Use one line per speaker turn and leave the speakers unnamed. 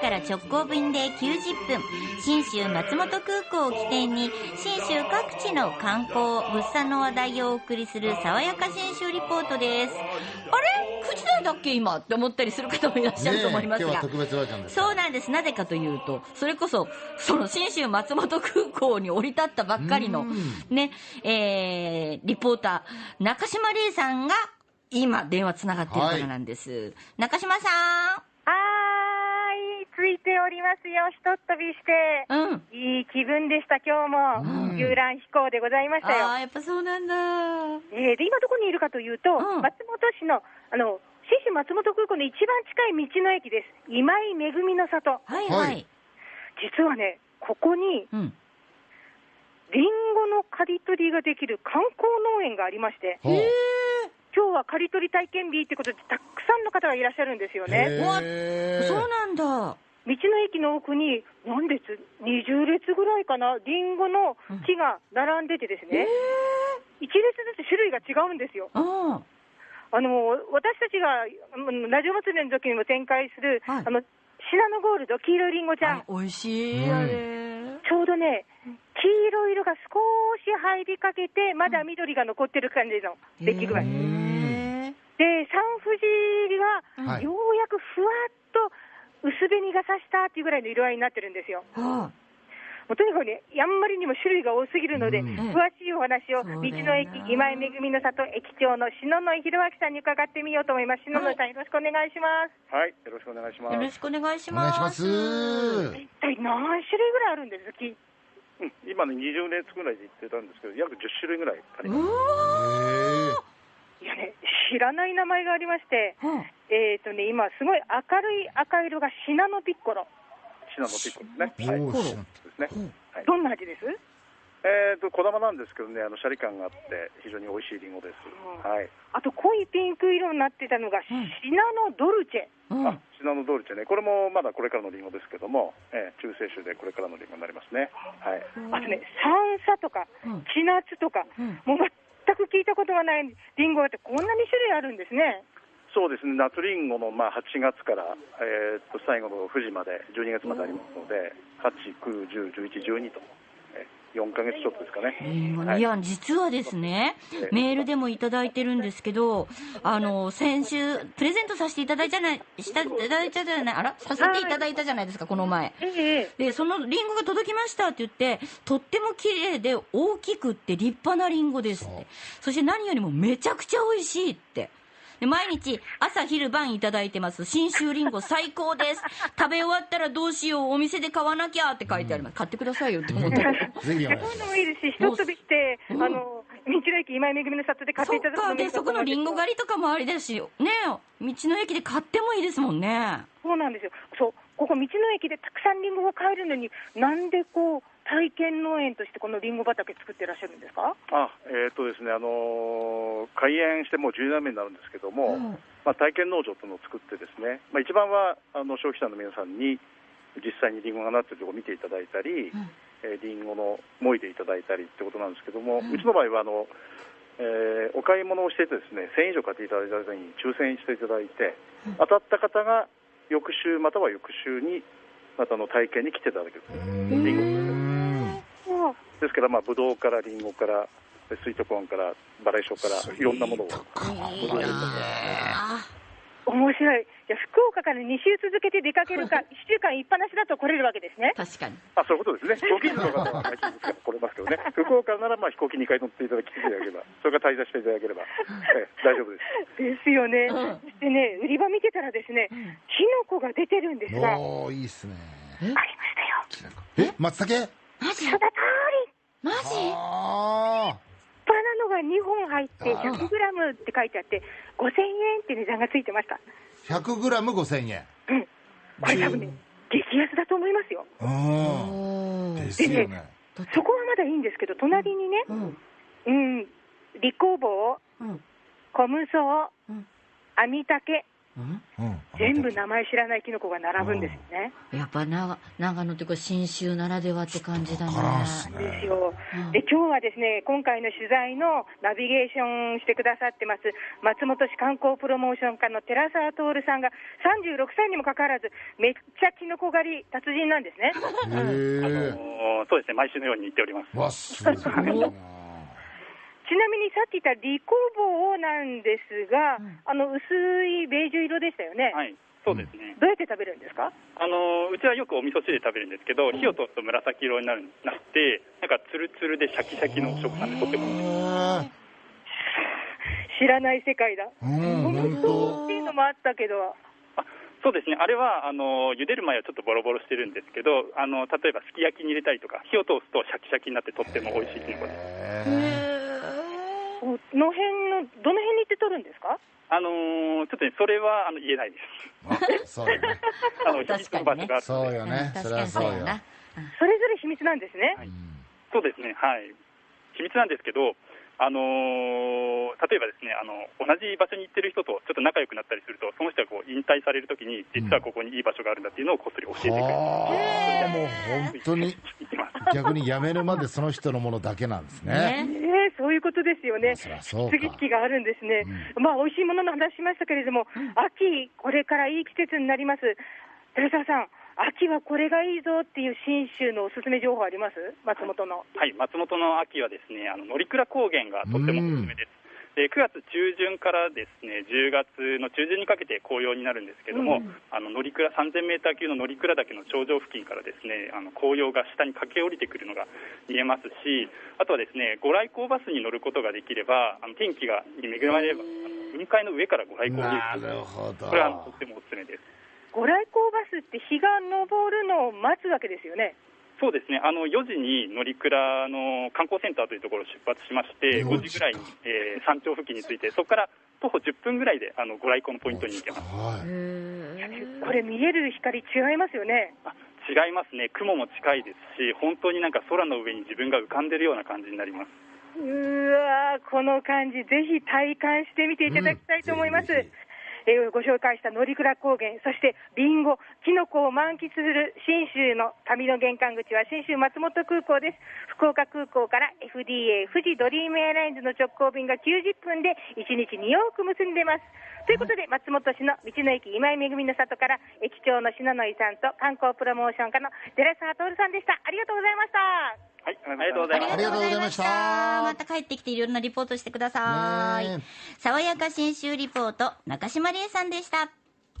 から直行便で90分、新州松本空港を起点に、新州各地の観光、物産の話題をお送りする、爽やか新州リポートです。あれ ?9 時台だっけ今って思ったりする方もいらっしゃると思います
ねえ今日は
が。
特別バージョンですから
そうなんです。なぜかというと、それこそ、その新州松本空港に降り立ったばっかりの
うん、
ね、えー、リポーター、中島理恵さんが、今、電話つながってるからなんです。中島さ
はーい、ついておりますよ、ひとっ飛びして。
ん。うん。
いい気分でした、今日も。遊覧飛行でございました
ああ、
よ。
やっぱそうなんだ。
えーで、今どこにいるかというと、
うん
松本市の、あの、新州松本空港の一番近い道の駅です。今井めぐみの里。
はいは
はいい。
実はね、ここに、
うん。
リンゴの刈り取りができる観光農園がありまして、
ほう
今日は刈り取り体験日ってことで、たくさんの方がいらっしゃるんですよね。
へー
そうなんだ。
道の駅の奥に何列 ?20 列ぐらいかなリンゴの木が並んでてです
ええ
ね、一列ずつ種類が違うんですよ。
うん。
あの、私たちが、うんラジオ祭りの時にも展開する、
はい
あの、シナノゴールド、黄色いリンゴちゃん。
あ美味しい、あれ。
ちょうどね、黄色い色が少し入りかけて、まだ緑が残ってる感じの出来具合。
へえ
で、サンフジ
は
が
い
ようやくふわっと薄紅がさしたっていうぐらいの色合いになってるんですよ。
は
もうとにかくね、やんまりにも種類が多すぎるので、
うん
詳しいお話を、
そうだよ
道
な
の駅今井めぐみの里駅長の篠野弘明さんに伺ってみようと思います。篠野さん、よろしくお願いします。
はい、よろしくお願いしま
あよろ
す。
しくお願いし
お願いし
ま。
ますす。
一体何種類ぐらいあるんですき
うん今の20列ぐらいで言ってたんですけど、約10種類ぐらいあり
う
ます。
わ
いやね、知らない名前がありまして、
ーは
えっ、とね、今すごい明るい赤色がシナノピッコロ。
シナノピッコですね。
へー。おーし
はいですね。はい
どんな味です
えっと、小玉なんですけどね、あの、シャリ感があって、非常に美味しいリンゴです。
うん
はい。
あと濃いピンク色になってたのがシナノドルチェ。
あうん。
あ、シナノドルチェね、これもまだこれからのリンゴですけども、えー中性種でこれからのリンゴになりますね。はい。
あとね、サンサとか
うん、
チナツとか、
うん
もう全く聞いたことがないリンゴってこんなに種類あるんですね。
そうですね、夏リンゴのまあ8月から、えーっと、最後の9時まで、12月までありますので、8、9、10、11、12と、えー4ヶ月ちょっとですかね。
リンゴね
はい
いや、実はですね、メールでもいただいてるんですけど、あの、先週、プレゼントさせていただいたじゃない、した、いただいたじゃない、あらさせていただいたじゃないですか、この前。
ええ、
で、そのリンゴが届きましたって言って、とっても綺麗で大きくって立派なリンゴですって。そして何よりもめちゃくちゃ美味しいって。で毎日朝昼晩いただいてます。新州リンゴ最高です。食べ終わったらどうしよう。お店で買わなきゃって書いてあります。買ってくださいよって思って。
ぜひお
いや
願い
こうい
します。
うのもいいですし、ひとっ飛びして、あの、道の駅今井めぐみの里で買って
そ
いた
っ
だくの
か。
もい
で、
いと
そこ
思うん
の
です
リ
け
ン
ど
ゴ狩りとかもあれだし、ねえ道の駅で買ってもいいですもんね。
そうなんですよ。そう、ここ道の駅でたくさんリンゴが買えるのに、なんでこう、体験農園としてこのリンゴ畑作ってらっしゃるんですか
あえーとですねあのー開園してもう10年目になるんですけど
う
も、
ん
まあ、体験農場というのを作って、ですね、まあ、一番はあの消費者の皆さんに実際にりんごがなってるところを見ていただいたり、えー、リンゴのもいでいただいたりってことなんですけども、うちの場合はあの、えーお買い物をしてて、ですね1000以上買っていただいた方に抽選していただいて、当たった方が翌週または翌週に、またあの体験に来ていただける、リンゴですね
うん
ですから、まあ、ブドウからリンゴから、スイートコーンから、バレーショから、いろんなものを。
いいな
面白い。じゃあ福岡から2週続けて出かけるか、1週間いっぱなしだと来れるわけですね
あ。確かに。
あ、そういうことですね。飛行機の方は最近ですから来れますけどね。福岡なら、まあ、飛行機2回乗っていただきていただければ、それから滞在していただければ、ええ大丈夫です。
ですよね。
うん
そしてね、売り場見てたらですね、キノコが出てるんですが、あり
おーいいっすね。
ましたよ。
え、松茸
マジ
ただ通り、
マジ
あ
バナナが2本入って
あら
100グラムって書いてあって、5000円って値段がついてました。
あ、100グラム5000円。
これ多分ね、激安だと思いますよ。
うん。ですよね。
そこはまだいいんですけど、隣にね、うん、リコボウ、
うん。
コムソウ
うん、
アミタケ、
ううん
全部名前知らないキノコが並ぶんですよね。
やっぱ長長野ってこれ信州ならではって感じだね
わからんっすね。
ですよ
うん。
で、今日はですね、今回の取材のナビゲーションしてくださってます、松本市観光プロモーション課の寺澤徹さんが、36歳にもかかわらず、めっちゃキノコ狩り達人なんです
へ
ね。
え。
おそうですね、毎週のように言っております。
わ、すご いな。
ちなみにさっき言ったリコボウなんですが、
うん
あの薄いベージュ色でしたよね。
はい、そうですね。
どうやって食べるんですか
あのうちはよくお味噌汁で食べるんですけど、火を通すと紫色になるなって、なんかツルツルでシャキシャキの食感でとっても美
へ
知
味しい。
らない世界だ。
えうん、本当。
っていうのもあったけど、
あそうですね、あれはあの茹でる前はちょっとボロボロしてるんですけど、あの例えばすき焼きに入れたりとか、火を通すとシャキシャキになってとっても美味しいきのこです。
へ
この辺の、どの辺に行って取るんですか
あのちょっとね、それはあの言えないで
え。そ
す。
うだね。
あの
確かにね
秘密の場所があって
そうよね。そ
確
れ
かにそ
はそうう
や
よ。
な
それぞれ秘密なんですね。
うん
そうですね、はい、秘密なんですけど、あのー例えばですねあの、同じ場所に行ってる人とちょっと仲良くなったりすると、その人がこう引退されるときに、実はここにいい場所があるんだっていうのをこっそり教えてくれる、
はあ、もう本当 に
言ってます。
逆に辞めるまでその人のものだけなんですね。
ね
ええそういうことですよね。
そりゃそうか
次期があるんですね。まあ、美味しいものの話しましたけれども、秋、これからいい季節になります。寺澤さん、秋はこれがいいぞっていう信州のおすすめ情報あります松本の。
はい、松本の秋はですね、あの乗鞍高原がとってもおすすめです。で9月中旬からですね10月の中旬にかけて紅葉になるんですけども、あの乗鞍3000メーター級の乗鞍岳の頂上付近からですねあの紅葉が下に駆け下りてくるのが見えますし、あとはですねご来光バスに乗ることができれば、あの天気がに恵まれれば、あの雲海の上からご来光で
な
き
るほど
これはあのとってもおすすめです。
ご来光バスって日が昇るのを待つわけですよね。
そうですね、あの4時に乗鞍の観光センターというところを出発しまして、
4
5
時
時
か
ぐらいに、えー山頂付近に着いて、そこから徒歩10分ぐらいであのご来光のポイントに行けます。
は
これ見える光違いますよね。
あ違いますね、雲も近いですし、本当になんか空の上に自分が浮かんでるような感じになります。
うわーこの感じ、ぜひ体感してみていただきたいと思います。
うんぜ
えーご紹介した乗鞍高原、そしてリンゴ、キノコを満喫する信州の旅の玄関口は信州松本空港です。福岡空港から FDA 富士ドリームエアラインズの直行便が90分で1日2往復結んでます。ということで、松本市の道の駅今井めぐみの里から駅長の篠野井さんと観光プロモーション課の寺澤徹さんでした。ありがとうございました。
はい、ありがとうございます
ありがとうございました
また帰ってきていろんなリポートしてください。
ねえ
爽やか新州リポート、中島理恵さんでした。